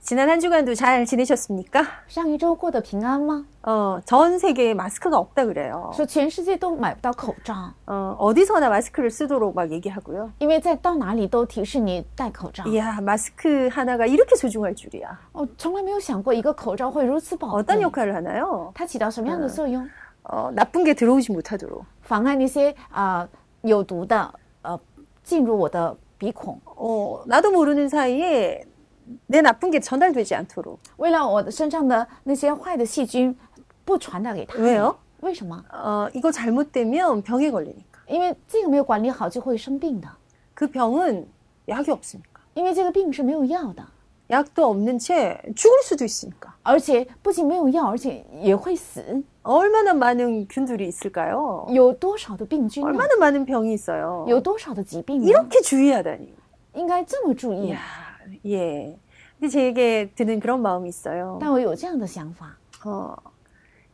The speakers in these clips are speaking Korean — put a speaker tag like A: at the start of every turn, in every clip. A: 지난 한 주간도 잘 지내셨습니까?
B: 上一周过得平安吗？
A: 어, 전 세계에 마스크가 없다 그래요.
B: 说全世界都买不到口罩，
A: 어, 어디서나 마스크를 쓰도록 막 얘기하고요.
B: 因为在到哪里都提示你戴口罩。
A: 이야, 마스크 하나가 이렇게 소중할 줄이야.
B: 我从来没有想过一个口罩会如此宝
A: 어떤
B: 贵，
A: 역할을 하나요?
B: 它起到什么样的作用？
A: 음. 어, 나쁜 게 들어오지 못하도록.
B: 妨碍那些啊、有毒的呃进入我的鼻孔，
A: 어, 나도 모르는 사이에 내 나쁜 게 전달되지 않도록.
B: 为了我的身上的那些坏的细菌不传达给他们。
A: 왜요
B: 为什么？
A: 어, 이거 잘못되면 병에 걸리니까.
B: 因为这个没有管理好就会生病的，
A: 그 병은 약이 없으니까.
B: 因为这个病是没有药的，
A: 약도 없는 채 죽을 수도 있으니까.
B: 而且不仅没有药，而且也会死。
A: 얼마나 많은 균들이 있을까요?
B: 有多少的病菌呢？
A: 얼마나 많은 병이 있어요.
B: 有多少的疾病呢？
A: 이렇게 주의하다니.
B: 应该这么注意
A: 야 。 예. 근데 제게 드는 그런 마음이 있어요.
B: 但我有这样的想法：
A: 어,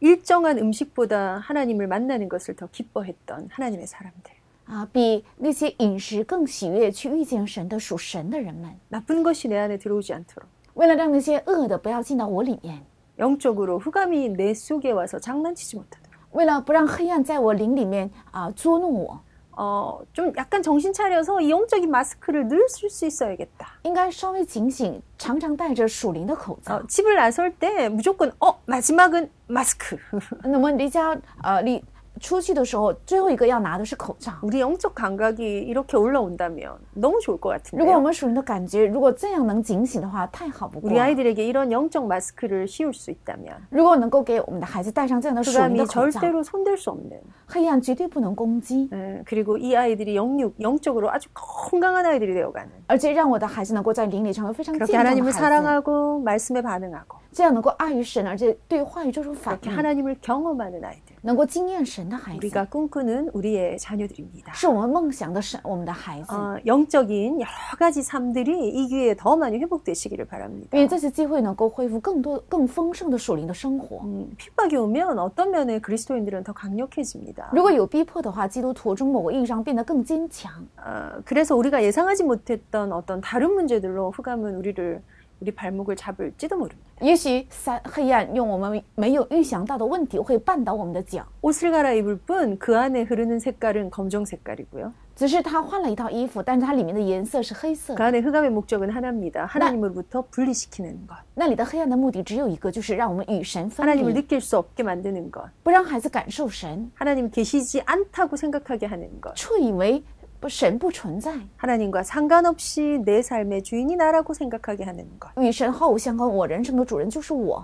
A: 일정한 음식보다 하나님을 만나는 것을 더 기뻐했던 하나님의 사람들.
B: 啊，比那些饮食更喜悦去遇见神的属神的人们，
A: 나쁜 것이 내 안에 들어오지 않도록
B: 为了让那些恶的不要进到我里面，
A: 영적으로 흑암이 내 속에 와서 장난치지 못하도록.
B: 为了不让黑暗在我灵里面啊捉弄我，
A: 어, 좀 약간 정신 차려서 이 영적인 마스크를 늘 쓸 수 있어야겠다.
B: 应该稍微警醒，常常戴着属灵的口罩。
A: 어, 집을 나설 때 무조건 어 마지막은 마스크.
B: 那么离家呃离出去的时候，最后一个要拿的是口罩。
A: 우리 영적 감각이 이렇게 올라온다면 너무 좋을 것
B: 如果我
A: 같은데요.
B: 们属灵的感觉，如果这样能警醒的话，太好不过
A: 우리
B: 了。
A: 아이들에게 이런 영적 마스크를 씌울 수 있다면
B: 如果能够给我们的孩子戴上这样的属灵的
A: 흑암이
B: 口罩，
A: 절대로 손댈 수 없는
B: 黑暗绝对不能攻击，
A: 예, 그리고 이 아이들이 영육, 영적으로 아주 건강한 아이들이 되어가는
B: 而且让我的孩子能够在灵里成为非常健
A: 그렇게
B: 康的
A: 하나님을
B: 孩子，
A: 사랑하고 말씀에 반응하고
B: 这样能够爱于神，而且对话语做出反
A: 이렇게
B: 应，
A: 하나님을 경험하는 아이들
B: 能够惊艳神的孩子，
A: 우리가 꿈꾸는 우리의 자녀들입니다.
B: 是我们梦想的神，我们的孩子。
A: 어, 영적인 여러 가지 삶들이 이 기회에 더 많이 회복되시기를 바랍니다.
B: 因为这次机会能够恢复更多、更丰盛的属灵的生活。
A: 음, 핍박이 오면 어떤 면에 그리스도인들은 더 강력해집니다.
B: 如果有逼迫的话，基督徒从某个意义上变得更坚强。
A: 어, 그래서 우리가 예상하지 못했던 어떤 다른 문제들로 흑암은 우리를 우리 발목을 잡을지도 모릅니다.
B: 也许三黑暗用我们没有预想到的问题会绊倒我们的脚，
A: 옷을 갈아입을 뿐 그 안에 흐르는 색깔은 검정 색깔이고요.
B: 只是他换了一套衣服，但是它里面的颜色是黑色的
A: 그 。 안에 흑암의 목적은 하나입니다. 하나님으로부터 분리시키는 것,
B: 那里的黑暗的目的只有一个，就是让我们与神分
A: 하나님을
B: 离，
A: 느낄 수 없게 만드는 것,
B: 不让孩子感受神，
A: 하나님 계시지 않다고 생각하게 하는 것,
B: 错以为不神不存在，
A: 하나님과 상관없이 내 삶의 주인이 나라고 생각하게 하는 것.
B: 与神毫无相关。我人生的主人就是我。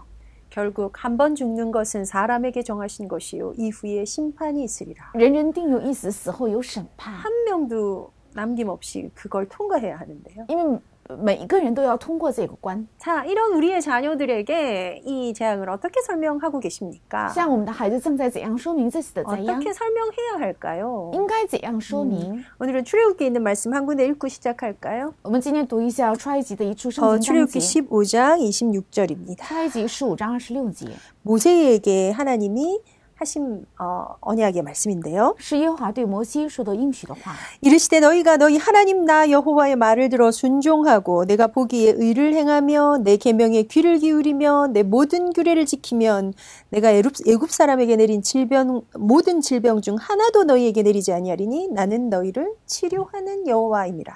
A: 결국 한 번 죽는 것은 사람에게 정하신 것이요 이후에 심판이 있으리라.
B: 人人定有一死，死后有审判，
A: 한 명도 남김없이 그걸 통과해야 하는데요.
B: 因为每一个人都要通过这个关。
A: 자, 이런 우리의 자녀들에게 이 재앙을 어떻게 설명하고 계십니까?
B: 像我们的孩子正在怎样说明这次的灾殃，
A: 어떻게 설명해야 할까요?
B: 应该怎样说明？
A: 오늘은 출애굽기에 있는 말씀 한 군데 읽고 시작할까요?
B: 我们今天读一下出埃及的一处
A: 더
B: 圣经章
A: 출애굽기
B: 节，
A: 15장 26절입니다.
B: 出埃及十五章二十六节，
A: 모세에게 하나님이 하신 어, 언약의 말씀인데요.
B: 是耶和华对摩西说的应许的话。
A: 이르시되 너희가 너희 하나님 나 여호와의 말을 들어 순종하고 내가 보기에 의를 행하며 내 계명에 귀를 기울이며 내 모든 규례를 지키면 내가 애굽, 애굽 사람에게 내린 질병 모든 질병 중 하나도 너희에게 내리지 아니하리니 나는 너희를 치료하는 여호와이니라.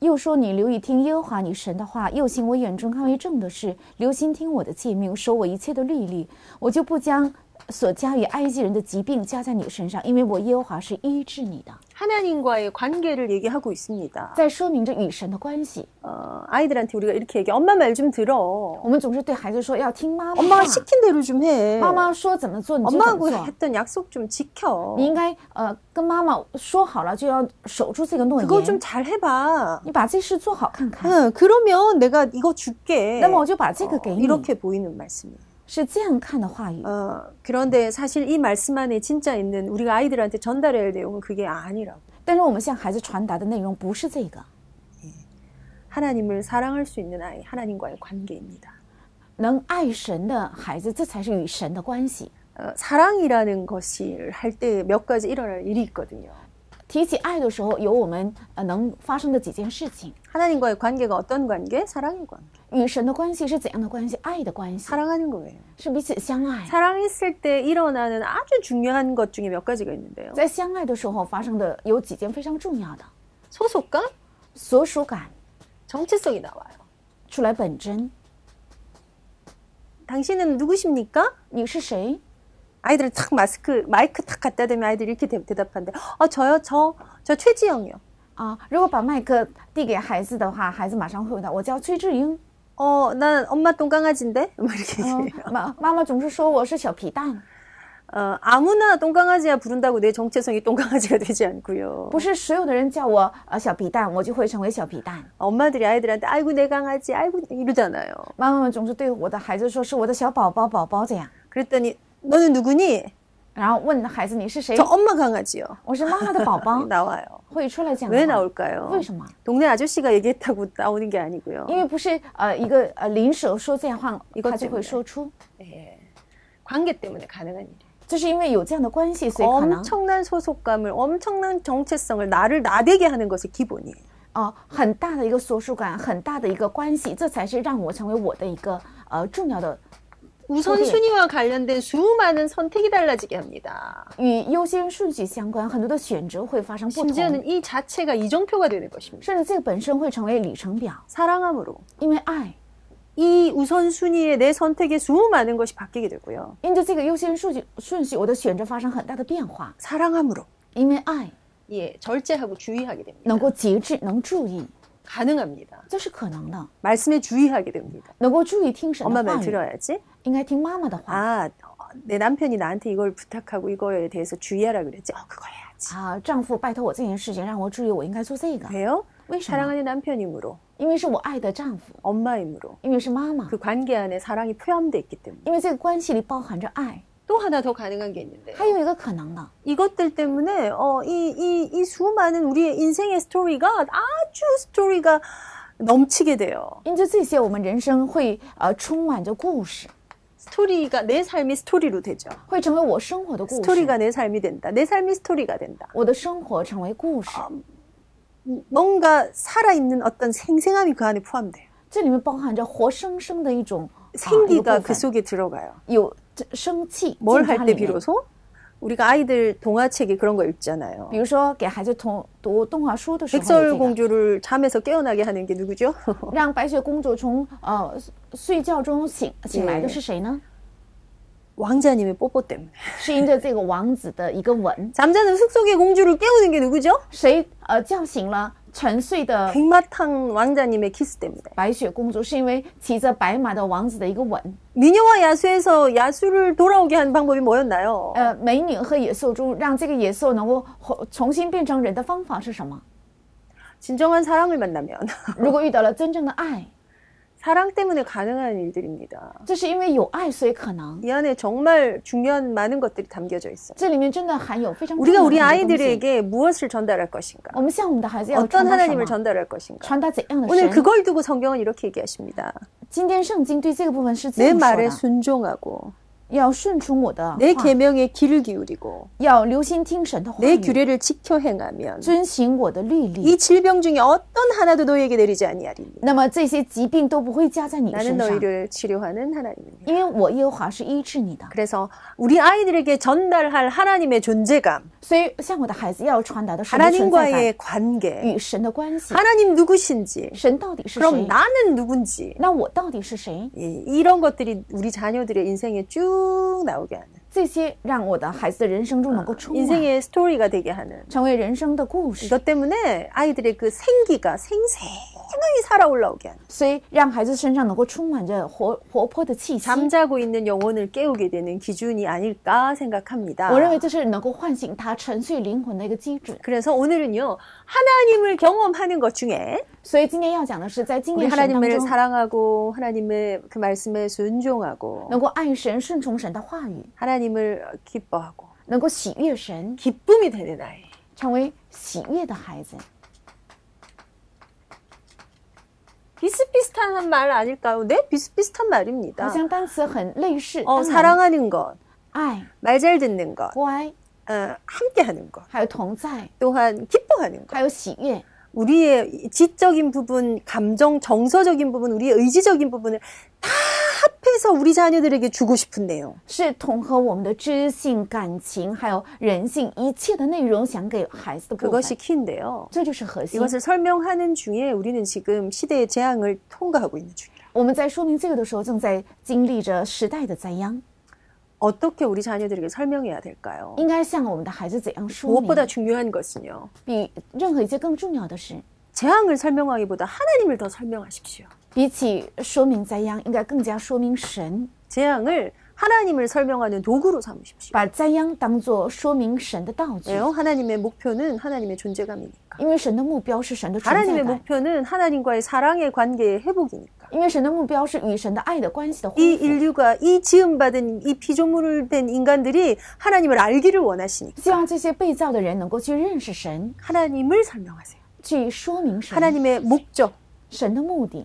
B: 又说：“你留意听耶和华你神的话，又行我眼中看为正的事，留心听我的诫命，守我一切的律例，我就不将所加于埃及人的疾病加在你身上，因为我耶和华是医治你的。
A: 하나님과의 관계를 얘기하고 있습니다. ”
B: 在说明着与神的关系。
A: 어, 아이들한테 우리가 이렇게 얘기, 엄마 말 좀 들어.
B: 我们总是对孩子说要听妈妈话，
A: 엄마가 시킨 대로 좀 해.
B: 妈妈说怎么做你就怎么
A: 엄마하고
B: 做，
A: 했던 약속 좀 지켜.
B: 你应该呃跟妈妈说好了就要守住这个诺
A: 그거
B: 言
A: 좀 ，잘 해봐.
B: 你把这事做好看看，
A: 응, 그러면 내가 이거 줄게.
B: 那么我就把这个
A: 어,
B: 给哎哦你，
A: 이렇게 보이는 말씀이에요.
B: 是这样看的话语。
A: 어, 그런데 사실 이 말씀 안에 진짜 있는 우리가 아이들한테 전달해야 할 내용은 그게 아니라고.
B: 但是我们向孩子传达的内容不是这个。
A: 하나님을 사랑할 수 있는 아이, 하나님과의 관계입니다.
B: 能爱神的孩子，这才是与神的关系。
A: 어, 사랑이라는 것을 할 때 몇 가지 일어날 일이 있거든요.
B: 提起爱的时候，有我们呃能发生的几件事情。
A: 하나님과의 관계가 어떤 관계? 사랑의 관계.
B: 与神的关系是怎样的关系？爱的关系
A: 사랑하는 거예요.
B: 是彼此相爱，
A: 사랑했을 때 일어나는 아주 중요한 것 중에 몇 가지가 있는데요.
B: 在相爱的时候发生的有几件非常重要的
A: 소속감,
B: 所属感，
A: 정체성이 나와요.
B: 出来本真，
A: 당신은 누구십니까?
B: 你是谁？
A: 아이들은 탁 마스크 마이크 탁 갖다 대면 아이들이 이렇게 대- 대답하는데 아 저요 저 저 최지영이요.
B: 啊，如果把麦克递给孩子的话，孩子马上会回答：“我叫崔智英。
A: 어, 난 엄마 똥 강아지인데? 뭐 이렇게.
B: 嗯妈妈妈总是说我是小皮蛋，
A: 어, 아무나 똥 강아지야 부른다고 내 정체성이 똥 강아지가 되지 않고요.
B: 不是所有的人叫我呃小皮蛋，我就会成为小皮蛋。
A: 엄마들이 아이들한테 아이고 내 강아지 아이고 이러잖아요.
B: 妈妈们总是对我的孩子说是我的小宝宝宝宝这样，
A: 그랬더니 너는 누구니?
B: 然后问孩子你是谁
A: 저 ？ 엄마 강아지요. 어?
B: 我是妈妈的 宝宝，
A: 나와요.
B: 会出来讲
A: 왜
B: 的话。
A: 나올까요?
B: 为什么？
A: 동네 아저씨가 얘기했다고 나오는 게 아니고요.
B: 因为不是呃一个呃邻舍说这样话
A: 一，个
B: 他就
A: 姐妹
B: 会说出，
A: 관계 때문에 가능한 일이에요. 네,
B: 就是因为有这样的关系，所以
A: 哦
B: 可能
A: 엄청난 소속감을, 엄청난 정체성을 나를 나대게 하는 것이 기본이에요.
B: 啊、呃很大的一个所属感，很大的一个关系，这才是让我成为我的一个呃重要的
A: 우선순위와 관련된 수많은 선택이 달라지게 합니다.
B: 与优先顺序相关，很多的选择会发生不同，
A: 심지어는 이 자체가 이정표가 되는 것입니다.
B: 甚至这个本身会成为里程表，
A: 사랑함으로
B: 因为爱，
A: 이 우선순위에 내 선택의 수많은 것이 바뀌게 되고요.
B: 因着这个优先顺序顺序，我的选择发生很大的变化，
A: 사랑함으로
B: 因为爱
A: 예 절제하고 주의하게 됩니다.
B: 能够节制，能注意，
A: 가능합니다.
B: 这是可能的，
A: 말씀에 주의하게 됩니다.
B: 能够注意哦听啊神的
A: 엄마 말
B: 话语，
A: 네, 들어야지.
B: 应该听妈妈的话。
A: 아, 어, 내 남편이 나한테 이걸 부탁하고 이거에 대해서 주의하라 그랬지. 어, 그거 해야지.
B: 啊，丈夫拜托我这件事情，让我注意，我应该做这个，
A: 왜요?
B: 왜 싫어?
A: 사랑하는 남편이므로,
B: 因为是我爱的丈夫，
A: 엄마이므로,
B: 因为是妈妈，
A: 그 관계 안에 사랑이 포함되어 있기 때문에.
B: 因为这个关系里包含着爱。
A: 또 하나 더 가능한 게 있는데.
B: 还有一个可能呢，
A: 이것들 때문에, 어, 이, 이, 이 수많은 우리의 인생의 스토리가 아주 스토리가 넘치게 돼요.
B: 因着这些，我们人生会呃充满着故事，
A: 스토리가, 내 삶이 스토리로 되죠.
B: 会成为我生活的故事。
A: 스토리가 내 삶이 된다. 내 삶이 스토리가 된다.
B: 我的生活成为故事，
A: 뭔가 살아있는 어떤 생생함이 그 안에 포함돼요.
B: 这里面包含着活生生的一种啊一个
A: 생기가
B: 部
A: 그
B: 分
A: 속에 들어가요.
B: 有这生气。
A: 뭘
B: 进
A: 할
B: 它
A: 때
B: 里面
A: 비로소 우리가 아이들 동화책에 그런 거 읽잖아요.
B: 比如说给孩子读读动画书的时候有这个，
A: 백설공주를 잠에서 깨어나게 하는 게 누구죠?
B: 让白雪公主从呃睡睡觉中醒醒来的是谁呢？
A: 왕자님의 뽀뽀 때문에.
B: 是因着这个王子的一个吻，
A: 잠자는 숲속의 공주를 깨우는 게 누구죠?
B: 谁呃叫醒了沉睡的
A: 백마탕 왕자님의 키스 때문에.
B: 白雪公主？是因为骑着白马的王子的一个吻。
A: 미녀와 야수에서 야수를 돌아오게 하는 방법이 뭐였나요?
B: 呃，美女和野兽中，让这个野兽能够重重新变成人的方法是什 么？
A: 진정한 사랑을 만나면
B: 如果遇到了真正的爱，
A: 사랑 때문에 가능한 일들입니다.
B: 这是因为有爱，所以可能
A: 이 안에 정말 중요한 많은 것들이 담겨져 있어요.
B: 这里面真的含有非常重
A: 우리가
B: 要的
A: 우리
B: 很多东西。
A: 아이들에게 무엇을 전달할 것인가?
B: 我们向我们的孩子要
A: 어떤
B: 传达什
A: 하나님을
B: 么？
A: 전달할 것인가?
B: 传达怎样的
A: 오늘
B: 神？
A: 그걸 두고 성경은 이렇게 얘기하십니다.
B: 今天圣经对这个部分是这
A: 내
B: 样说
A: 말에
B: 的：
A: 순종하고
B: 要顺从我的
A: 내
B: 话，
A: 계명에 귀를 기울이고
B: 要留心听神的话
A: 내
B: 语，
A: 규례를 지켜 행하면
B: 遵行我的律例。
A: 이 질병 중에 어떤 하나도 너희에게 내리지 아니하리니
B: 那么这些疾病都不会加在你
A: 나는
B: 身上，
A: 너희를 치료하는 하나님입니다.
B: 因为我耶和华是医治你的。
A: 그래서 우리 아이들에게 전달할 하나님의 존재감,
B: 所以，向我的孩子要传达的是存在感
A: 하나님과의 관계,
B: 与神的关系。
A: 하나님 누구신지,
B: 神到底是
A: 그럼
B: 谁？
A: 나는 누군지
B: 那我到底是谁？
A: 예, 이런 것들이 우리 자녀들의 인생에 쭉 나오게 하는
B: 这些让我的孩子的人生中能够充满，
A: 인생의 스토리가 되게 하는
B: 成为人生的故事。
A: 이것 때문에 아이들의 그 생기가 생생하게 살아 올라오게 하는
B: 所以，让孩子身上能够充满着活活泼的气息。
A: 잠자고 있는 영혼을 깨우게 되는 기준이 아닐까 생각합니다.
B: 我认为这是能够唤醒他沉睡灵魂的一个基准。
A: 그래서 오늘은요 하나님을 경험하는 것 중에
B: 所以今天要讲的是，在今
A: 우리
B: 年神当
A: 하나님을
B: 中
A: 사랑하고 하나님의 그 말씀에 순종하고
B: 能够爱神、顺从神的话语，
A: 하나님을 기뻐하고
B: 能够喜悦神，
A: 기쁨이 되는 아이.
B: 成为喜悦的孩子。
A: 비슷비슷한 말 아닐까요? 네, 비슷비슷한
B: 好
A: 말입니다.
B: 像单词很类似，
A: 어,
B: 哦当然
A: 사랑하는 것,
B: 爱、
A: 말 잘 듣는 것,
B: 乖、
A: 어, 함께하는 것
B: 还有同在，
A: 또한 기뻐하는 것
B: 还有喜悦，
A: 우리의 지적인 부분, 감정, 정서적인 부분, 우리의 의지적인 부분을 다 합해서 우리 자녀들에게 주고 싶은데요.
B: 是统合我们的知性、感情，还有人性一切的内容，想给孩子的部
A: 그것이
B: 分，
A: 키인데요.
B: 这就是核心。
A: 이것을 설명하는 중에 우리는 지금 시대의 재앙을 통과하고 있는 중이에요.
B: 我们在说明这个的时候，正在经历着时代的灾殃，
A: 어떻게 우리 자녀들에게 설명해야 될까요?
B: 应该向哦我们的孩子怎样说明？
A: 무엇보다 중요한 것은요.
B: 比任何一件更重要的是，
A: 재앙을 설명하기보다 하나님을 더 설명하십시오.
B: 比起说明灾殃，应该更加说明神，
A: 재앙을 하나님을 설명하는 도구로 삼으십시오.
B: 把灾殃当做说明神的道具，
A: 왜요? 하나님의 목표는 하나님의 존재감이니까.
B: 因为神的目标是神的存
A: 하나님의
B: 在感，
A: 목표는 하나님과의 사랑의 관계의 회복이니까.
B: 因为神的目标是与神的爱的关系的
A: 이
B: 恢复。
A: 인류가 이 지음받은 이 피조물을 된 인간들이 하나님을 알기를 원하시니까
B: 希望这些被造的人能够去认识神，
A: 하나님을 설명하세요.
B: 去说明神、
A: 하나님의 목적,
B: 神的目的，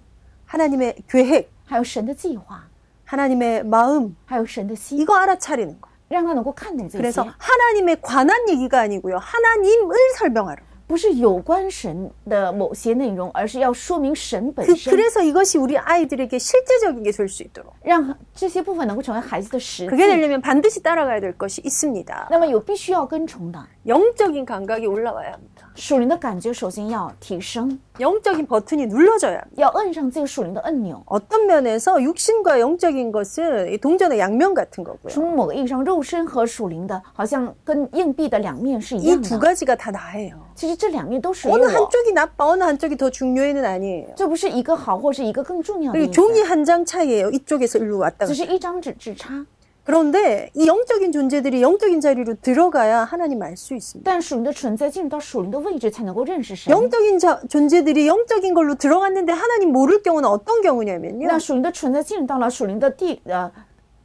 A: 하나님의 계획,
B: 还有神的计划，
A: 하나님의 마음
B: 还有神的心，
A: 이거 알아차리는 거.
B: 让他能够看懂这
A: 그래서
B: 些，
A: 하나님에 관한 얘기가 아니고요. 하나님을 설명하라.
B: 不是有关神的某些内容，而是要说明神本
A: 그,
B: 身，
A: 그래서 이것이 우리 아이들에게 실제적인 게 될 수 있도록.
B: 让这些部分能够成为孩子的实
A: 그게
B: 际。
A: 되려면 반드시 따라가야 될 것이 있습니다.
B: 那么有必须要跟从的，
A: 영적인 감각이 올라와야 합니다.
B: 属灵的感觉首先要提升，
A: 영적인 버튼이 눌러져야 합니다.
B: 要摁上这个属灵的按钮。
A: 어떤 면에서 육신과 영적인 것은 이 동전의 양면 같은 거고요.
B: 从某个意义上，肉身和属灵的，好像跟硬币的两面是一
A: 이
B: 样
A: 두
B: 的。
A: 가지가 다 나예요.
B: 其实这两面都属于
A: 어느
B: 我，
A: 한쪽이 나빠, 어느 한쪽이 더 중요해는 아니에요.
B: 这不是一个好或是一个更重要的意
A: 그리고
B: 思，
A: 종이 한 장 차이예요. 이쪽에서 일로 왔다.
B: 只
A: 갔다
B: 是一张纸之差。
A: 그런데 이 영적인 존재들이 영적인 자리로 들어가야 하나님 알 수 있습니다.
B: 但属灵的存在进入到属灵的位置，才能够认识神。
A: 영적인 자- 존재들이 영적인 걸로 들어갔는데 하나님 모를 경우는 어떤 경우냐면요.
B: 那属灵的存在进入到了属灵的地呃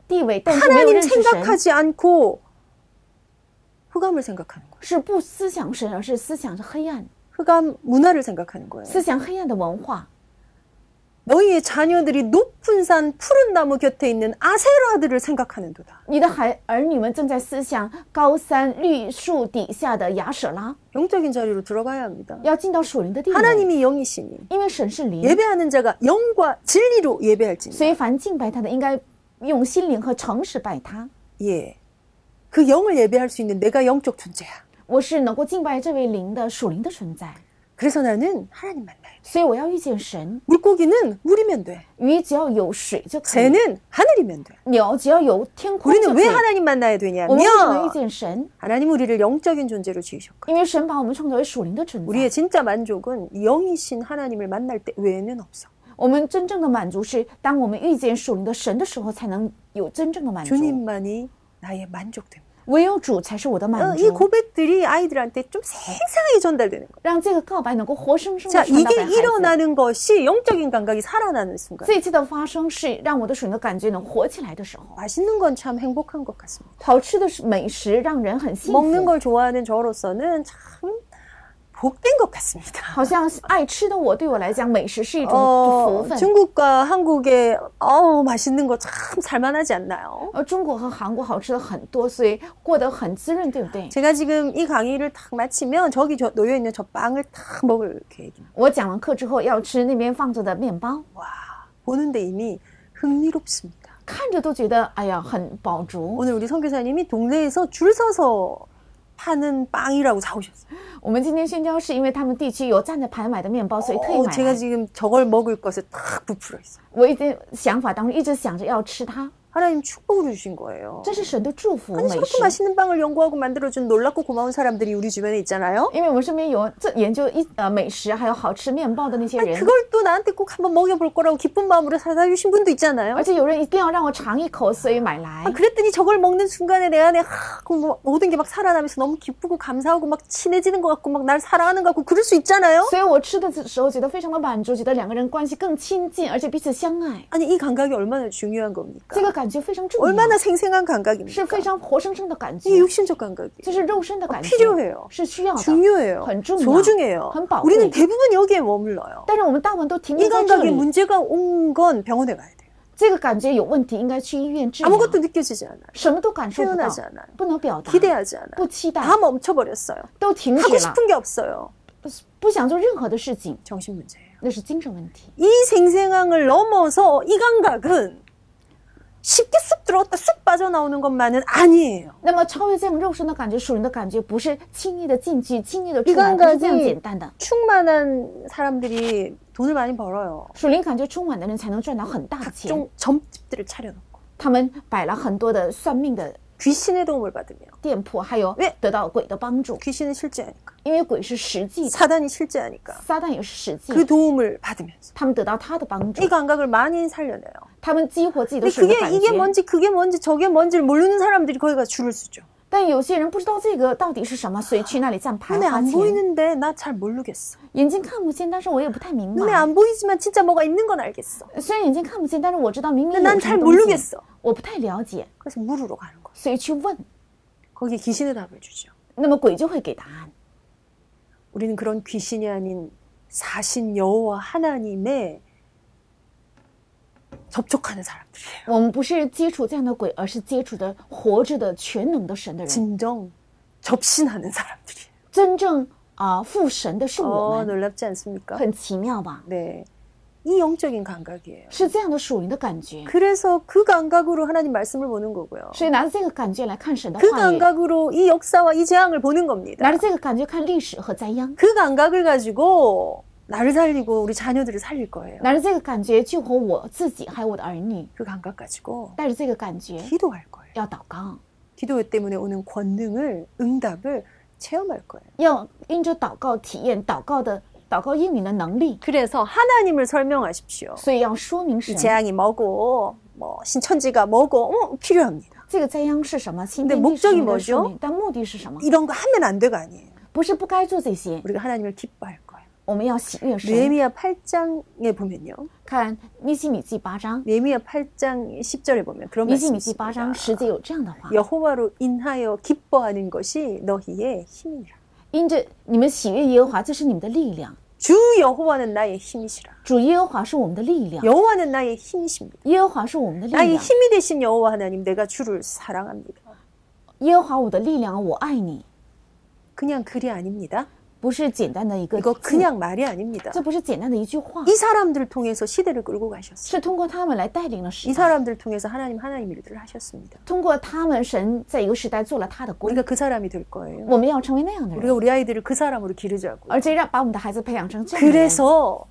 B: 地位，但是没有
A: 하나님
B: 认识神，
A: 생각하지 않고 흑암을 생각하는 거예요.
B: 是不思想神，而是思想着黑暗，
A: 흑암 문화를 생각하는 거예요.
B: 思想黑暗的文化。
A: 너희의 자녀들이 높은 산 푸른 나무 곁에 있는 아세라들을 생각하는도다.
B: 你的孩儿女们正在思想高山绿树底下的雅舍拉，
A: 영적인 자리로 들어가야 합니다.
B: 要进到属灵的地位，
A: 하나님이 영이시니
B: 因为神是灵，
A: 예배하는 자가 영과 진리로 예배할지니
B: 所以凡敬拜他的，应该用心灵和诚实拜他。
A: 예. 그 영을 예배할 수 있는 내가 영적 존재야.
B: 我是能够敬拜这位灵的属灵的存在，
A: 그래서 나는 하나님 만나야 돼.
B: 所以我要遇见神。
A: 물고기는 물이면 돼.
B: 鱼只要有水就可以，
A: 새는 하늘이면 돼.
B: 鸟只要有天空就
A: 우리는
B: 可
A: 왜
B: 以。
A: 하나님 만나야
B: 我们为什么能遇
A: 되냐면
B: 见神？
A: 하나님 우리를 영적인 존재로 지으셨고
B: 因为神把我们创造为属灵的存
A: 우리의
B: 在。
A: 진짜 만족은 영이신 하나님을 만날 때 외에는 없어.
B: 我们真正的满足是，当我们遇见属灵的神的时候，才能有真正的满足。
A: 주님만이 나의 만족됩니다.
B: 唯有主才是我的
A: 어,
B: 满
A: 이
B: 足。
A: 고백들이 아이들한테 좀 세상에 전달되는 거예요.
B: 让这个告白能够活生生
A: 자,
B: 的传达
A: 이게
B: 给孩子。
A: 일어나는 것이 영적인 감각이 살아나는 순간.
B: 这一次的发生是让我的属灵的感觉能活起来的时候。
A: 맛있는 건 참 행복한 것 같습니다.
B: 好吃的美食让人很幸
A: 먹는
B: 福，
A: 걸 좋아하는 저로서는 참 복된 것 같습니다.
B: 好像爱吃的我对我来讲，美食是一种福
A: 어,
B: 分。
A: 중국과 한국의 어우 맛있는 거 참 살만하지 않나요?
B: 而中国和韩国好吃的很多，所以过得很滋润，对不对？
A: 제가 지금 이 강의를 탁 마치면 저기 저, 놓여 있는 저 빵을 탁 먹을 계획입니다.
B: 我讲完课之后要吃那边放着的面包，
A: 보는데 이미 흥미롭습니다.
B: 看着都觉得哎呀很饱足。
A: 오늘 우리 선교사님이 동네에서 줄 서서 파는 빵이라고 사오셨어요.
B: 我们今天宣教是因为他们地区有站着排买的面包，所以特意
A: 어,
B: 买
A: 제가
B: 来。
A: 지금 저걸 먹을 것에 탁 부풀어 있어요.
B: 我已经想法当中一直想着要吃它，
A: 하나님 축복을 주신 거예요.
B: 这是神的祝福
A: 아니
B: 美
A: 저렇게
B: 食。
A: 맛있는 빵을 연구하고 만들어준 놀랍고 고마운 사람들이 우리 주변에 있잖아요.
B: 因为我们身边有这研究一呃美食还有好吃面包的那些
A: 아니,
B: 人，
A: 그걸 또 나한테 꼭 한번 먹여볼 거라고 기쁜 마음으로 사다 주신 분도 있잖아요.
B: 而且有人一定要让我尝一口，所以买来
A: 아, 。 그랬더니 저걸 먹는 순간에 내 안에 하, 그뭐 모든 게 막 살아나면서 너무 기쁘고 감사하고 막 친해지는 것 같고 막 날 사랑하는 것 같고 그럴 수 있잖아요.
B: 所以我吃的时候觉得非常的满足，觉得两个人关系更亲近，而且彼此相爱，
A: 아니 이 감각이 얼마나 중요한 겁니까?
B: 这个感觉非常重要。
A: 얼마나 생생한
B: 是
A: 감각입니까?
B: 非常活生生的感
A: 이
B: 觉，
A: 육신적 감각이
B: 就是肉身的感觉
A: 필요해요 ，
B: 是需要的。
A: 중요해요.
B: 헌 중요.
A: 소중해요.
B: 헌宝贵.
A: 우리는 대부분 여기에 머물러요.
B: 但是我们大部分都停
A: 이
B: 留在这
A: 감각에
B: 里，
A: 문제가 온 건 병원에 가야 돼요.
B: 这个感觉有问题，应该去医院治疗。
A: 아무것도 느껴지지 않아요.
B: 什么都感受不到
A: 표현하지 ， 않아요.
B: 不能表达，
A: 기대하지 않아요.
B: 不期待，
A: 다 멈춰버렸어요.
B: 都停止
A: 하고
B: 了，
A: 싶은 게 없어요.
B: 不想做任何的事情，
A: 정신 문제예요.
B: 那是精神问题。
A: 이 생생함을 넘어서 이 감각은 쉽게 쑥 들어왔다 쑥 빠져나오는 것만은 아니에요.
B: 那么超越这种肉身的感觉、属灵的感觉，不是轻易的进去、轻易的出
A: 一个
B: 来，
A: 人
B: 不是这样
A: 感觉
B: 简单的。
A: 충만한 사람들이 돈을 많이 벌어요.
B: 属灵感觉充满的人才能赚到很大的钱。
A: 각종 점집들을 차려놓고
B: 他们摆了很多的算命的
A: 귀신의 도움을 받으며
B: 店铺，还有哎
A: 왜
B: 得到鬼的帮助，
A: 귀신은 실제하니까
B: 因为鬼是实际的，
A: 사단이 실제하니까
B: 撒旦也是实际的
A: 그 。 도움을 받으면서
B: 他们得到他的帮助
A: 이 ， 감각을 많이 살려내요.
B: 他们激活自己的
A: 근데
B: 属灵
A: 그게
B: 感
A: 이게
B: 觉。
A: 뭔지 그게 뭔지 저게 뭔지를 모르는 사람들이 거기 가 줄을 서죠.
B: 但有些人不知道这个到底是什么，所以去那里站牌
A: 눈에
B: 花
A: 안
B: 钱。
A: 보이는데 나 잘 모르겠어.
B: 眼睛看不见，但是我也不太明
A: 눈에
B: 白。
A: 안 보이지만 진짜 뭐가 있는 건 알겠어.
B: 虽然眼睛看不见，但是我知道明明
A: 근데
B: 有
A: 난
B: 什
A: 잘
B: 么东
A: 모르겠어.
B: 西，我不太了解，
A: 그래서 물으러 가는 거예요.
B: 所以去问，
A: 거기에 귀신의 답을 주죠.
B: 那么鬼就会给答案。
A: 우리는 그런 귀신이 아닌 사신 여호와 하나님의 접촉하는 사람들이에요.
B: 我们不是接触这样的鬼，而是接触的活着的全能的神的人，
A: 진정 접신하는 사람들이에요.
B: 真正啊父神的是我
A: 어,
B: 们，
A: 놀랍지 않습니까?
B: 很奇妙吧？
A: 네. 이 영적인 감각이에요.
B: 是这样的属灵的感觉，
A: 그래서 그 감각으로 하나님 말씀을 보는 거고요.
B: 所以拿着这个感觉来看神的
A: 그
B: 话语，
A: 감각으로 이 역사와 이 재앙을 보는 겁니다.
B: 拿着这个感觉看历史和灾殃，
A: 그 감각을 가지고 나를 살리고 우리 자녀들을 살릴 거예요.
B: 拿着这个感觉救活我自己还有我的儿女，
A: 그 감각 가지고
B: 带着这个感觉
A: 기도할 거예요.
B: 要祷告，
A: 기도 때문에 오는 권능을 응답을 체험할 거예요.
B: 要因着祷告体验祷告的祷告应允的能力，
A: 그래서 하나님을 설명하십시오.
B: 所以要说明
A: 이
B: 神
A: 재앙이 뭐고 뭐 신천지가 뭐고 어, 필요합니다.
B: 这个灾殃是什么，新
A: 근데
B: 天地是什么
A: 목적이뭐죠
B: 的属灵但目的是什么？
A: 이런 거 하면 안 돼가 아니에요.
B: 不是不该做这些，
A: 우리가 하나님을 기뻐할 거예요.
B: 我们要喜悦神。
A: 느헤미야 8장에 보면요.
B: 看尼西米记八章，
A: 느헤미야 8장 10절에 보면 그런
B: 尼西
A: 말씀이
B: 米记八章
A: 있습니다.
B: 十节有这样的话：
A: 여호와로 인하여 기뻐하는 것이 너희의 힘이라.
B: 因着你们喜悦耶和华，这是你们的力量；
A: 주 여호와는 나의 힘이시라.
B: 主耶和华是我们的力量，
A: 여호와는 나의 힘이십니다.
B: 耶和华是我们的力
A: 나의
B: 量，
A: 힘이 되신 여호와 하나님 내가 주를 사랑합니다.
B: 耶和华我的力量，我爱你，
A: 그냥 글이 아닙니다.
B: 不是简单的一个
A: 이거
B: 字，
A: 네, 그냥 말이 아닙니다.
B: 这不是简单的一句话
A: 이 ， 사람들을 통해서 시대를 끌고 가셨어요.
B: 是通过他们来带领了时
A: 이
B: 代，
A: 사람들을 통해서 하나님 하나님 일들을 하셨습니다.
B: 通过他们，神在一个时代做了他的工，
A: 우리가 그 사람이 될 거예요.
B: 我们要成为那样的
A: 우리가
B: 人，
A: 우리 아이들을 그 사람으로 기르자고.
B: 而且让把我们的孩子培养成这样的人。
A: 그래서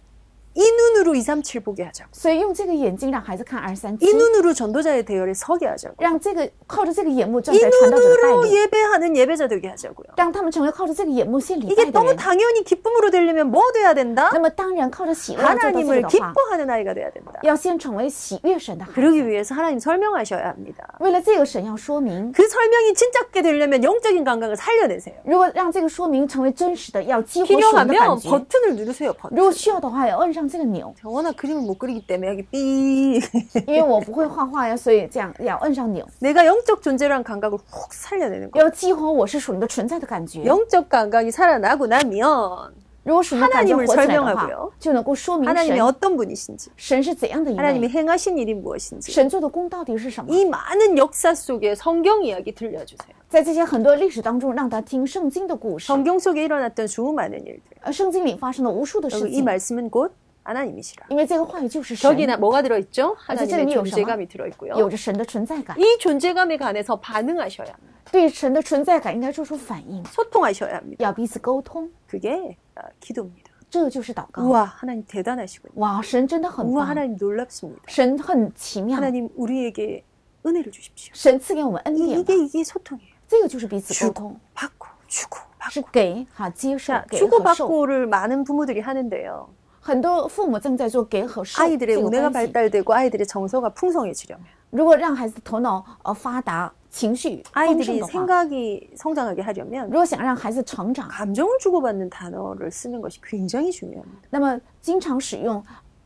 A: 이 눈으로 2, 3, 7 보게 하자고.
B: 所以用这个眼睛让孩子看二三七
A: 이 ， 눈으로 전도자의 대열에 서게 하자고.
B: 让这个靠着这个眼目站
A: 이
B: 在传道者的带
A: 눈으로
B: 领，
A: 예배하는 예배자 되게 하자고요.
B: 让他们成为靠着这个眼目献礼
A: 이게
B: 拜的
A: 너무
B: 人。
A: 당연히 기쁨으로 되려면 뭐 돼야 된다?
B: 那么当然，靠着喜乐来做到这个
A: 하나님을
B: 的话，
A: 기뻐하는 아이가 돼야 된다.
B: 要先成为喜悦神的孩 子。
A: 그러기 위해서 하나님 설명하셔야 합니다.
B: 为了这个，神要说明。
A: 그 설명이 진짜게 되려면 영적인 감각을 살려내세요.
B: 如果让这个说明成为真实的，要激活属灵的感
A: 필요하면
B: 觉。
A: 버튼을 누르세요. 버튼.
B: 如果需要的话，要摁上这个钮，
A: 제가 워낙 그림을 못 그리기 때문에 여기 삐
B: 因为我不会画画呀，所以这样要摁上钮，
A: 내가 영적 존재란 감각을 훅 살려내는 거예요.
B: 要激活我是属灵的存在的感觉。
A: 영적 감각이 살아나고 나면
B: 如果属灵的感觉
A: 하나님을
B: 活起来的
A: 설명하고요
B: 话，就能够说明
A: 하나님이
B: 神
A: 어떤 분이신지
B: 神是怎样的一
A: 하나님이
B: 位，
A: 행하신 일이 무엇인지
B: 神做的功到底是什么。
A: 이 많은 역사 속에 성경 이야기 들려주세요.
B: 在这些很多历史当中，让他听圣经的故事，
A: 성경 속에 일어났던 수많은 일들.
B: 呃，圣经里发生了无数的事
A: 이
B: 情，
A: 말씀은 곧 하나님이시라.
B: 因为这个话语就是神，
A: 저기나 뭐가 들어있죠? 하나님의
B: 어쨌든 이유가
A: 아, 존재감이 들어있고요.
B: 有着神的存在感，
A: 이 존재감에 관해서 반응하셔야 합니다.
B: 对神的存在感应该做出反应，
A: 소통하셔야 합니다.
B: 要彼此沟通，
A: 그게 아, 기도입니다.
B: 这就是祷告。
A: 우와 아, 하나님 대단하시군요.
B: 哇，神真的很
A: 우와
B: 棒，
A: 하나님 놀랍습니다.
B: 神很奇妙，
A: 하나님 우리에게 은혜를 주십시오.
B: 神赐给我们恩
A: 이,
B: 典吧，
A: 이게 이게 소통이에요.
B: 这个就是彼此沟
A: 주고
B: 通，
A: 받고 주고 받고. 네, 그렇죠.
B: 是给哈接受
A: 자,
B: 给
A: 아, 주고
B: 和受。
A: 받고를 많은 부모들이 하는데요.
B: 很多父母正在做给和受
A: 아이들의
B: 这个
A: 운해가
B: 关系。
A: 발달되고 아이들의 정서가 풍성해지려면
B: 如果让孩子的头脑呃发达，情绪丰盛
A: 아이들이
B: 的话，
A: 생각이 성장하게 하려면
B: 如果想让孩子成长，
A: 감정을 주고받는 단어를 쓰는 것이 굉장히 중요합니다.
B: 那么经常使用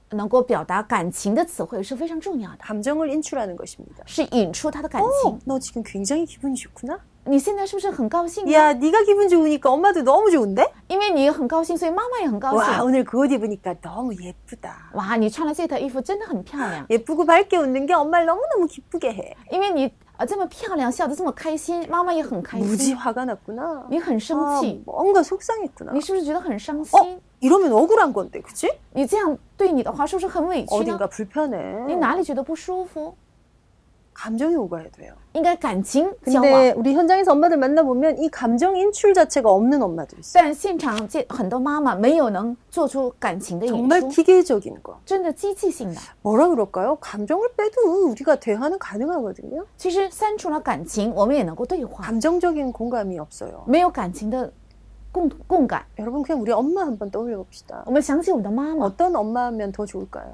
B: 能够表达感情的词汇是非常重要的，
A: 감정을 인출하는 것입니다.
B: 是引出他的感情
A: 어, 。너 지금 굉장히 기분이 좋구나.
B: 你现在是不是很高兴呢？啊
A: 야, 네가 기분 좋으니까 엄마도 너무 좋은데?
B: 因为你很高兴，所以妈妈也很高
A: 와,
B: 兴。
A: 오늘 그 옷 입으니까 너무 예쁘다.
B: 哇，你穿了这套衣服真的很漂亮，
A: 예쁘고 밝게 웃는 게 엄마를 너무너무 기쁘게 해.
B: 因为你呃这么漂亮，笑得这么开心，妈妈也很开
A: 무지
B: 心。
A: 화가 났구나.
B: 你很生
A: 아,
B: 气，
A: 뭔가 속상했구나.
B: 你是不是觉得很伤心？
A: 어? 이러면 억울한 건데, 그치?
B: 你这样对你的话，是不是很委屈呢
A: 어딘가 ？
B: 你
A: 불편해.
B: 哪里觉得不舒服？
A: 감정이 오가야 돼요.
B: 应该感情交往。
A: 근데 우리 현장에서 엄마들 만나보면 이 감정 인출 자체가 없는 엄마도 있어요.
B: 但现场这很多妈妈没有能做出感情的演
A: 정말
B: 出，
A: 기계적인 거.
B: 真的机器性的。
A: 뭐라 그럴까요? 감정을 빼도 우리가 대화는 가능하거든요.
B: 其实删除了感情，我们也能够对
A: 아.
B: 话。
A: 감정적인 공감이 없어요.
B: 没有感情的共共感，
A: 여러분 그냥 우리 엄마 한번 떠올려 봅시다.
B: 我们想起我们的妈妈，
A: 어떤 엄마면 더 좋을까요?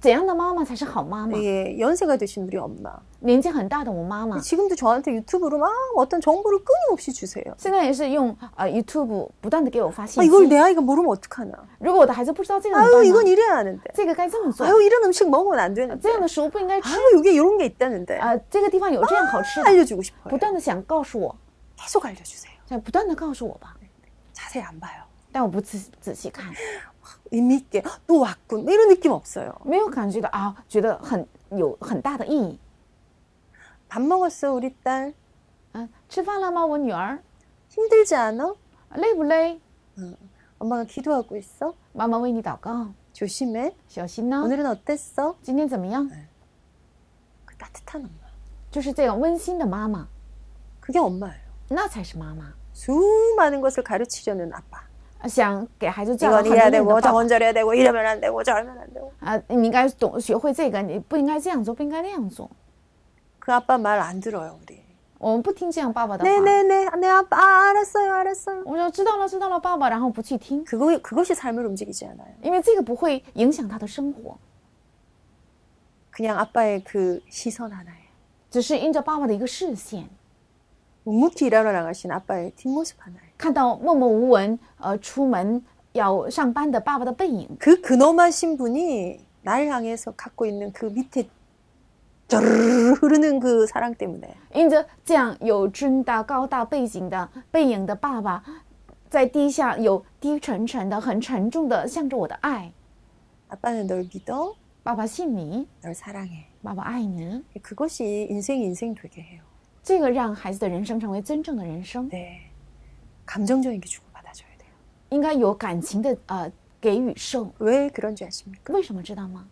B: 怎样的妈妈才是好妈妈？
A: 예, 연세가 드신 우리 엄마.
B: 年纪很大的我妈妈，
A: 지금도 저한테 유튜브로 막 어떤 정보를 끊임없이 주세요.
B: 现在也是用呃 YouTube 不断的给我发信
A: 아,
B: 息。
A: 이걸 내 아이가 모르면 어떡하나.
B: 如果我的孩子不知道这个怎么
A: 아유,
B: 办呢
A: 이건 이래야 하는데.
B: 这个该这么做，
A: 아유, 이런 음식 먹으면 안 되는데.
B: 这样的食物不应该吃。
A: 네, 아유, 네. 이게 이런 게 있다는데.
B: 啊、这个地方有这样好吃的，
A: 알려주고 싶어요.
B: 不断的想告诉我，
A: 계속 알려주세요.
B: 想不断的告诉我吧，
A: 자세히 안 봐요.
B: 但我不仔仔细看，
A: 의미 있게 "헉, 또 왔군 뭐 이런 느낌 없어요.
B: 没有感觉到啊，觉得很有很大的意义。
A: 밥 먹었어 우리 딸.
B: 嗯、吃饭了吗？我女儿
A: 힘들지 않아?
B: 累不累？
A: 엄마가 기도하고 있어.
B: 妈妈为你祷告，
A: 조심해.
B: 小心呢。
A: 오늘은 어땠어?
B: 今天怎么样？
A: 그 따뜻한 엄마.
B: 就是这样温馨的妈妈，
A: 그게 엄마예요.
B: 那才是妈妈。
A: 수많은 것을 가르치려는 아빠.
B: 啊想给孩子教导
A: 이건
B: 很多
A: 이래야
B: 的爸
A: 되고
B: 爸。
A: 저건 저래야 되고 이러면 안 되고 저러면 안 되고.
B: 啊，你应该懂学会这个，你不应该这样做，不应该那样做。
A: 그 아빠 말 안 들어요 우리.
B: 我们不听这样爸爸的话，
A: 네, 네네네 내 아빠 아, 알았어요 알았어요.
B: 我们说知道了，知道了，爸爸，然后不去听，
A: 그거 그것이 삶을 움직이지 않아요.
B: 因为这个不会影响他的生活，
A: 그냥 아빠의 그 시선 하나에
B: 只是因着爸爸的一个视线，
A: 묵묵히 일하러 나가신 아빠의 뒷모습 하나에.
B: 看到默默无闻呃出门要上班的爸爸的背影，
A: 그 근엄하신 분이 나를 향해서 갖고 있는 그 밑에 쩌르르 흐르는 그 사랑 때문에
B: 因着这样有尊大高大背景的背影的爸爸，在地下有低沉沉的、很沉重的向着我的爱，
A: 아빠는 널 믿어,
B: 爸爸信你，
A: 널 사랑해.
B: 爸爸爱你，
A: 그것이 인생이 인생 되게 해요.
B: 这个让孩子的人生成为真正的人生。
A: 네, 감정적인 게 주고받아줘야 돼요.
B: 应该有感情的呃给予受。
A: 왜 그런지 아십니까?
B: 为什么知道吗？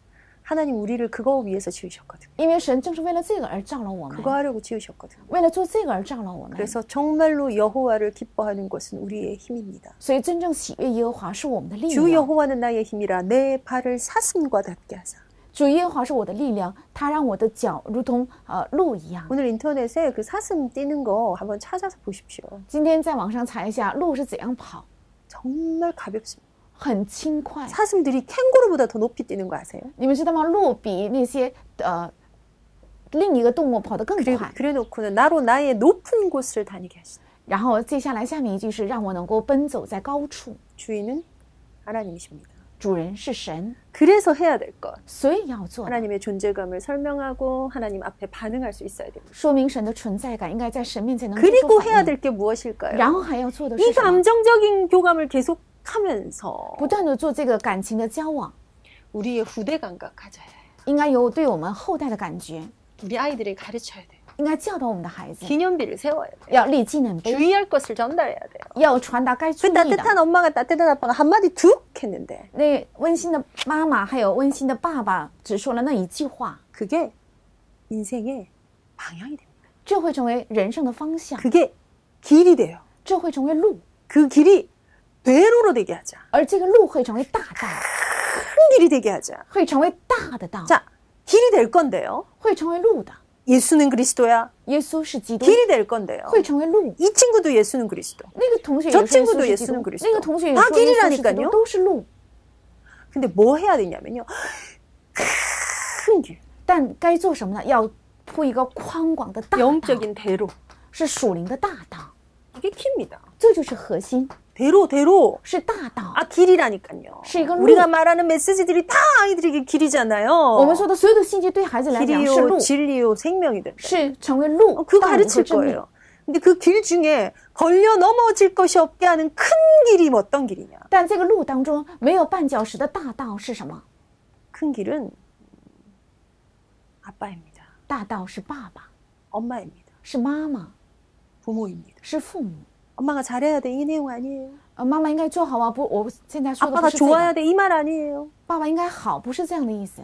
A: 하나님 우리를 그거 위해서 지으셨거든요.
B: 因为神正是为了这个而造了我们，
A: 그거 하려고 지으셨거든요.
B: 为了做这个而造了我们。
A: 그래서 정말로 여호와를 기뻐하는 것은 우리의 힘입니다.
B: 所以真正喜悦耶和华是我们的力
A: 주
B: 量，
A: 여호와는 나의 힘이라 내 발을 사슴과 닿게 하사.
B: 主耶和华是我的力量，他让我的脚如同呃鹿一样。
A: 오늘 인터넷에 그 사슴 뛰는 거 한번 찾아서 보십시오.
B: 今天在网上查一下鹿是怎样跑，
A: 정말 가볍습니다.
B: 很轻快。
A: 사슴들이 캥거루보다 더 높이 뛰는 거 아세요?
B: 你们知道吗？鹿比那些呃另一个动物跑得更
A: 그래,
B: 快。
A: 그래놓고는 나로 나의 높은 곳을 다니게 하시다.
B: 然后接下来下面一句是让我能够奔走在高处。
A: 주인은 하나님이십니다.
B: 主人是神，
A: 그래서 해야 될 것.
B: 所以要做的
A: 하나님의 존재감을 설명하고 하나님 앞에 반응할 수 있어야 됩니다.
B: 说明神的存在感应该在神面前能做出
A: 그리고
B: 反
A: 해야
B: 应
A: 될 게 무엇일까요?
B: 然后还要做的是
A: 이
B: 什么？
A: 감정적인 교감을 계속하면서
B: 不断的做这个感情的交往，
A: 우리의 후대 감각 가져야 해요.
B: 应该有对我们后代的感觉，
A: 우리 아이들이 가르쳐야 돼요.
B: 应该教导我们的孩
A: 네.
B: 子，
A: 기념비를 세워야 돼요.
B: 要立纪念碑，
A: 주의할 것을 전달해야 돼요.
B: 要传达该注
A: 그
B: 意的。
A: 네. 따뜻한 엄마가 따뜻한 아빠가 한마디 툭 했는데
B: 那温馨的妈妈还有温馨的爸爸只说了那一句话，
A: 그게 인생의 방향이 됩니다.
B: 这会成为人生的方向，
A: 그게 길이 돼요.
B: 这会成为路，
A: 그 길이 대로로 되게 하자.
B: 而这个路会成为大道，
A: 큰 길이 되게 하자.
B: 会成为大的道，
A: 자, 길이 될 건데요.
B: 会成为路的。
A: 예수는 그리스도야.
B: 耶稣是基督，
A: 길이 될 건데요.
B: 会成为路。
A: 이 친구도 예수는 그리스도.
B: 那个同学也
A: 저
B: 说耶
A: 친구도
B: 稣是
A: 예수
B: 基
A: 는
B: 督
A: 그리스도，
B: 那个同学也
A: 다
B: 说耶稣是
A: 길이라니까요
B: 基督，都是路。
A: 근데 뭐 해야 되냐면요. 큰 길.
B: 但该做什么呢？要铺一个宽广的大道，
A: 영적인 대로.
B: 是属灵的大道，
A: 이게 킵니다.
B: 这就是核心，
A: 대로, 대로.
B: 是大道。
A: 아, 길이라니까요.
B: 시가 루.
A: 우리가 말하는 메시지들이 다 아이들에게 길이잖아요.
B: 我们说的所有的信息对孩子来讲是
A: 길이요, ，
B: 路
A: 진리요, 생명이 된다.
B: 是成为路
A: 어, 그거
B: 道路和
A: 가르칠
B: 真理。
A: 거예요. 근데 그 길 중에 걸려 넘어질 것이 없게 하는 큰 길이 뭐 어떤 길이냐?
B: 但这个路当中没有绊脚石的大道是什么？
A: 큰 길은 아빠입니다.
B: 大道是爸爸，
A: 엄마입니다.
B: 是妈妈，
A: 부모입니다.
B: 是父母。
A: 엄마가 잘해야 돼. 이 내용 아니에요.
B: 呃，妈妈应该做好啊！不，我现在说的
A: 아빠가
B: 不是这个
A: 좋아야 。 돼. 이 말 아니에요.
B: 爸爸应该好，不是这样的意思。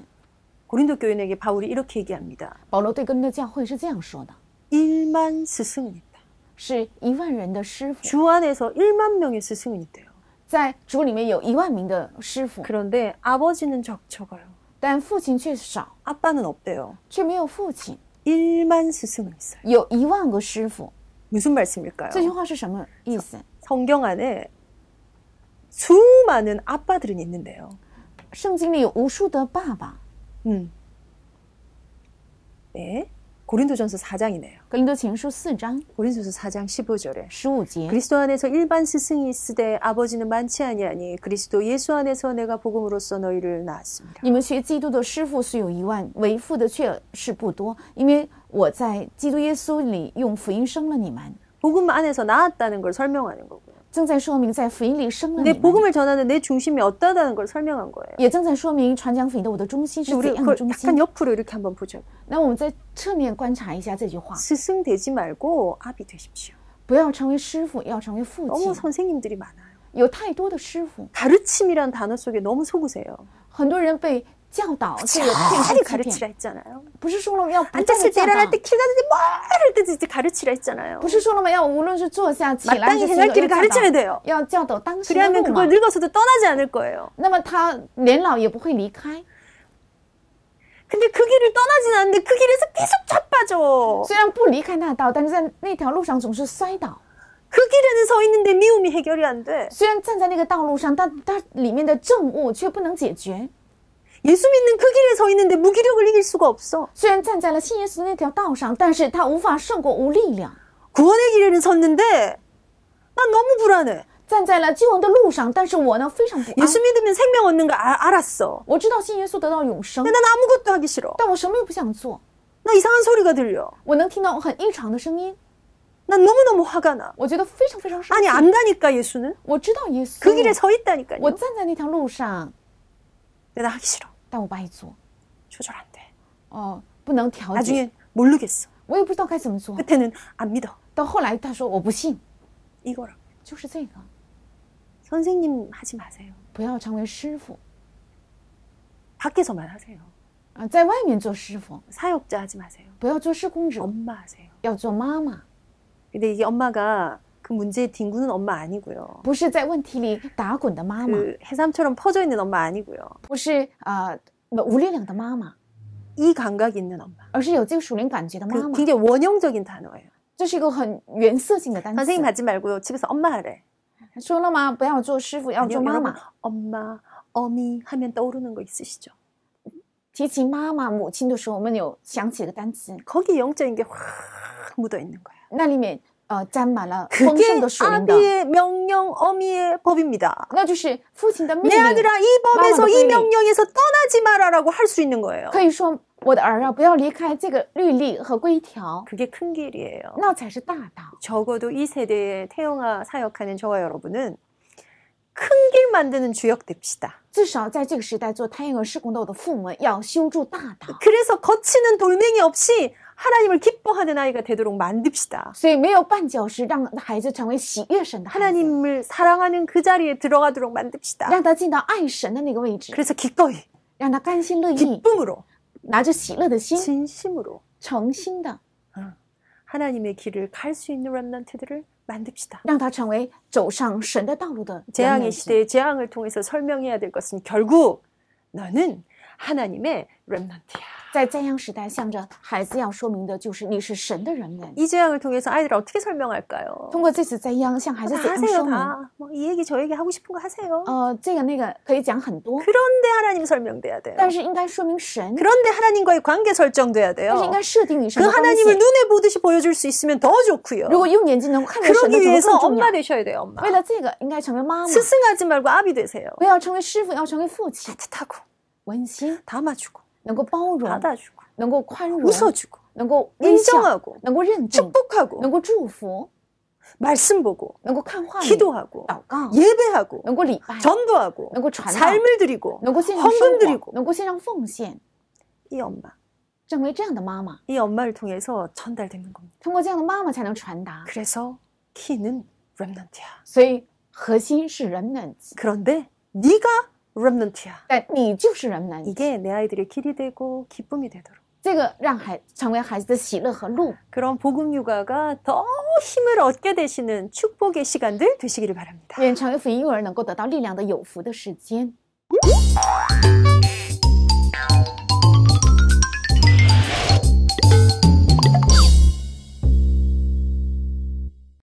A: 고린도 교인에게 바울이 이렇게 얘기합니다.
B: 保罗对哥林多教会是这样说的：
A: 일만 스승은 있다.
B: 是一万人的师傅，
A: 주 안에서 1만 명의 스승은 있대요.
B: 在主里面有一万名的师傅，
A: 그런데 아버지는 적쳐가요.
B: 但父亲却少，
A: 아빠는 없대요.
B: 却没有父亲，
A: 1만 스승은 있어요.
B: 有一万个师傅。
A: 무슨 말씀일까요?
B: 这句话是什么意思？
A: 성경 안에 수많은 아빠들은 있는데요.
B: 圣经里有无数的爸爸，
A: 음. 네. 고린도전서 4장이네요.
B: 格林多前书四章
A: 고린도전서 4장 15절에
B: 十五节。
A: 그리스도 안에서 일반 스승이 있으되 아버지는 많지 아니하니 그리스도 예수 안에서 내가 복음으로써 너희를 낳았습니다.
B: 你们学基督的师傅虽有一万，为父的却是不多，因为我在基督耶稣里用福音生了你们，
A: 복음 안에서 낳았다는 걸 설명하는 거고요.
B: 正在说明在福音里生了你
A: 내
B: 们。
A: 복음을 전하는 내 중심이 없다는 걸 설명한 거예요.
B: 也正在说明传讲福音的我的中心是
A: 근데
B: 怎
A: 우리
B: 样的
A: 그걸
B: 中心
A: 약간 。 옆으로 이렇게 한번 보자고.
B: 那我们再侧面观察一下这句话：
A: 스승 되지 말고 아비 되십시오.
B: 不要成为师傅，要成为父
A: 너무
B: 亲。
A: 선생님들이 많아요.
B: 有太多的师傅，
A: 가르침이란 단어 속에 너무 속으세요.
B: 很多人被教导这个骗术
A: 빨리
B: 欺骗，
A: 가르치라 했잖아요.
B: 不是说了吗？要不断的
A: 앉았을 때
B: 教
A: 일어날
B: 导，
A: 때 길 가는데 뭐할 때도 이제 가르치라 했잖아요.
B: 不是说了吗？要无论是坐下、起来还
A: 마땅히
B: 是行
A: 행할
B: 走，
A: 길을
B: 要教
A: 가르쳐야
B: 导，
A: 돼요.
B: 要教导当时的
A: 그래야만
B: 路嘛
A: 그걸 。 늙어서도 떠나지 않을 거예요.
B: 那么他年老也不会离开，
A: 근데 그 길을 떠나진 않는데 그 길에서 계속 자빠져.
B: 虽然不离开那道，但是在那条路上总是摔倒。
A: 그 길에는 서 있는데 미움이 해결이 안 돼.
B: 虽然站在那个道路上，但它里面的政务却不能解决。
A: 예수 믿는 그 길에 서 있는데 무기력을 이길 수가 없어.
B: 虽然站在了信耶稣的那条道上，但是他无法胜过无力量；
A: 구원의 길에는 섰는데 난 너무 불안해.
B: 站在了救恩的路上，但是我呢非常不安。
A: 예수 믿으면 생명 얻는 거 아- 알았어.
B: 我知道信耶稣得到永生，
A: 근데 난 아무것도 하기 싫어.
B: 但我什么也不想做。
A: 나 이상한 소리가 들려.
B: 我能听到很异常的声音，
A: 난 너무너무 화가 나.
B: 我觉得非常非常生
A: 아니
B: 气。
A: 안 가니까 예수는
B: 我知道耶
A: 그 길에
B: 稣，
A: 서 있다니까요.
B: 我站在那条路上，
A: 근데 나 하기 싫어.
B: 但我不爱做，
A: 조절 안 돼.
B: 哦，不能调节，
A: 나중에 모르겠어.
B: 我也不知道该怎么做。
A: 끝에는 안 믿어.
B: 到后来他说我不信，
A: 이거라.
B: 就是这个，
A: 선생님 하지 마세요.
B: 不要成为师傅
A: 밖에서만 하세요.
B: 啊，在外面做师傅，
A: 사역자 하지 마세요.
B: 不要做施工者，
A: 엄마 하세요.
B: 要做妈妈。
A: 근데 이게 엄마가 그 문제의 뒹구는 엄마 아니고요.
B: 不是在问题里打滚的妈妈，
A: 그 해삼처럼 퍼져 있는 엄마 아니고요.
B: 不是啊、呃无力量的妈妈，
A: 이 감각이 있는 엄마.
B: 而是有这个属灵感觉的妈
A: 그
B: 妈。
A: 굉장히 원형적인 단어예요.
B: 这是一个很原色性的单词。
A: 선생님 하지 말고요. 집에서 엄마 하래.
B: 说了吗？不要做师傅，要
A: 아니요,
B: 做妈
A: 여러분
B: 妈。
A: 엄마, 어미 하면 떠오르는 거 있으시죠?
B: 提起妈妈、母亲的时候，我们有想起一个单词，
A: 거기 영적인 게 확 묻어 있는 거야.
B: 那里面呃沾满了丰
A: 그게
B: 盛的属灵的，
A: 아비의 명령, 어미의 법입니다.
B: 那就是父亲的命
A: 내
B: 令。
A: 아들아 이 법에서
B: 마음의
A: 이
B: 권리.
A: 명령에서 떠나지 마라라고 할 수 있는 거예요.
B: 可以说，我的儿啊，不要离开这个律例和规条，
A: 그게 큰 길이에요.
B: 那才是大道。
A: 적어도 이 세대에 태영아 사역하는 저와 여러분은 큰 길 만드는 주역 됩시다.
B: 至少在这个时代做胎儿施工的我的父母们要修筑大道。
A: 그래서 거치는 돌멩이 없이 하나님을 기뻐하는 아이가 되도록 만듭시다.
B: 所以没有绊脚石，让孩子成为喜悦神的孩子，
A: 하나님을 사랑하는 그 자리에 들어가도록 만듭시다.
B: 让他进到爱神的那个位置，
A: 그래서 기꺼이
B: 让他甘心乐意，
A: 기쁨으로
B: 拿着喜乐的心，
A: 진심으로
B: 诚心的
A: 하나님의 길을 갈 수 있는 랩런트들을 만듭시다.
B: 让他成为走上神的道路的良
A: 재앙의
B: 人子。
A: 시대의 재앙을 통해서 설명해야 될 것은 결국 너는 하나님의 랩런트야.
B: 在灾殃时代，向着孩子要说明的就是你是神的人们。
A: 이 재앙을 통해서 아이들 어떻게 설명할까요?
B: 通过这次灾殃，向孩子
A: 다
B: 怎样
A: 하세요
B: 说明？
A: 다. 뭐 이 얘기 저 얘기 하고 싶은 거 하세요.
B: 呃，这个那个可以讲很多，
A: 그런데 하나님 설명돼야 돼요.
B: 但是应该说明神，
A: 그런데 하나님과의 관계 설정돼야
B: 但是应
A: 돼요.
B: 该设定与神
A: 그
B: 的关
A: 하나님을
B: 系。
A: 눈에 보듯이 보여줄 수 있으면 더 좋고요.
B: 如果用眼睛能够看到神
A: 그러기
B: 的，怎么
A: 위해서
B: 更重要
A: 엄마 ？ 되셔야 돼요, 엄마.
B: 为了这个，应该成为妈妈，
A: 스승하지 말고 아비 되세요.
B: 不要成为师傅，要成为父亲，
A: 따뜻하고
B: 温馨。
A: 담아주고
B: 能够包容，
A: 받아주고
B: 能够宽容，
A: 웃어주고
B: 能够
A: 음,
B: 微笑
A: 인정하고 ，
B: 能够认定，
A: 축복하고
B: 能够祝福，
A: 말씀 보고
B: 能够看
A: 음.
B: 话语，
A: 기도하고
B: 祷告，
A: 예배하고
B: 能够礼拜，
A: 전도하고
B: 能够传道，
A: 삶을 드리고
B: 能够献上
A: 헌금
B: 生活
A: 드리고
B: 能够献上奉献，
A: 이 엄마
B: 成为这样的妈妈，
A: 이 엄마를 통해서 전달되는 겁니다.
B: 通过这样的妈妈才能传达。
A: 그래서 키는 렘넌트야.
B: 所以核心是 remnants，
A: 그런데 네가 렘넌트야.
B: 但你就是 remnants，
A: 이게 내 아이들의 길이 되고 기쁨이 되도록
B: 这个让孩成为孩子的喜乐和路。
A: 그런 복음 육아가 더 힘을 얻게 되시는 축복의 시간들 되시기를
B: 예,
A: 바랍니다.
B: 愿成为福音幼儿能够得到力量的有福的时间。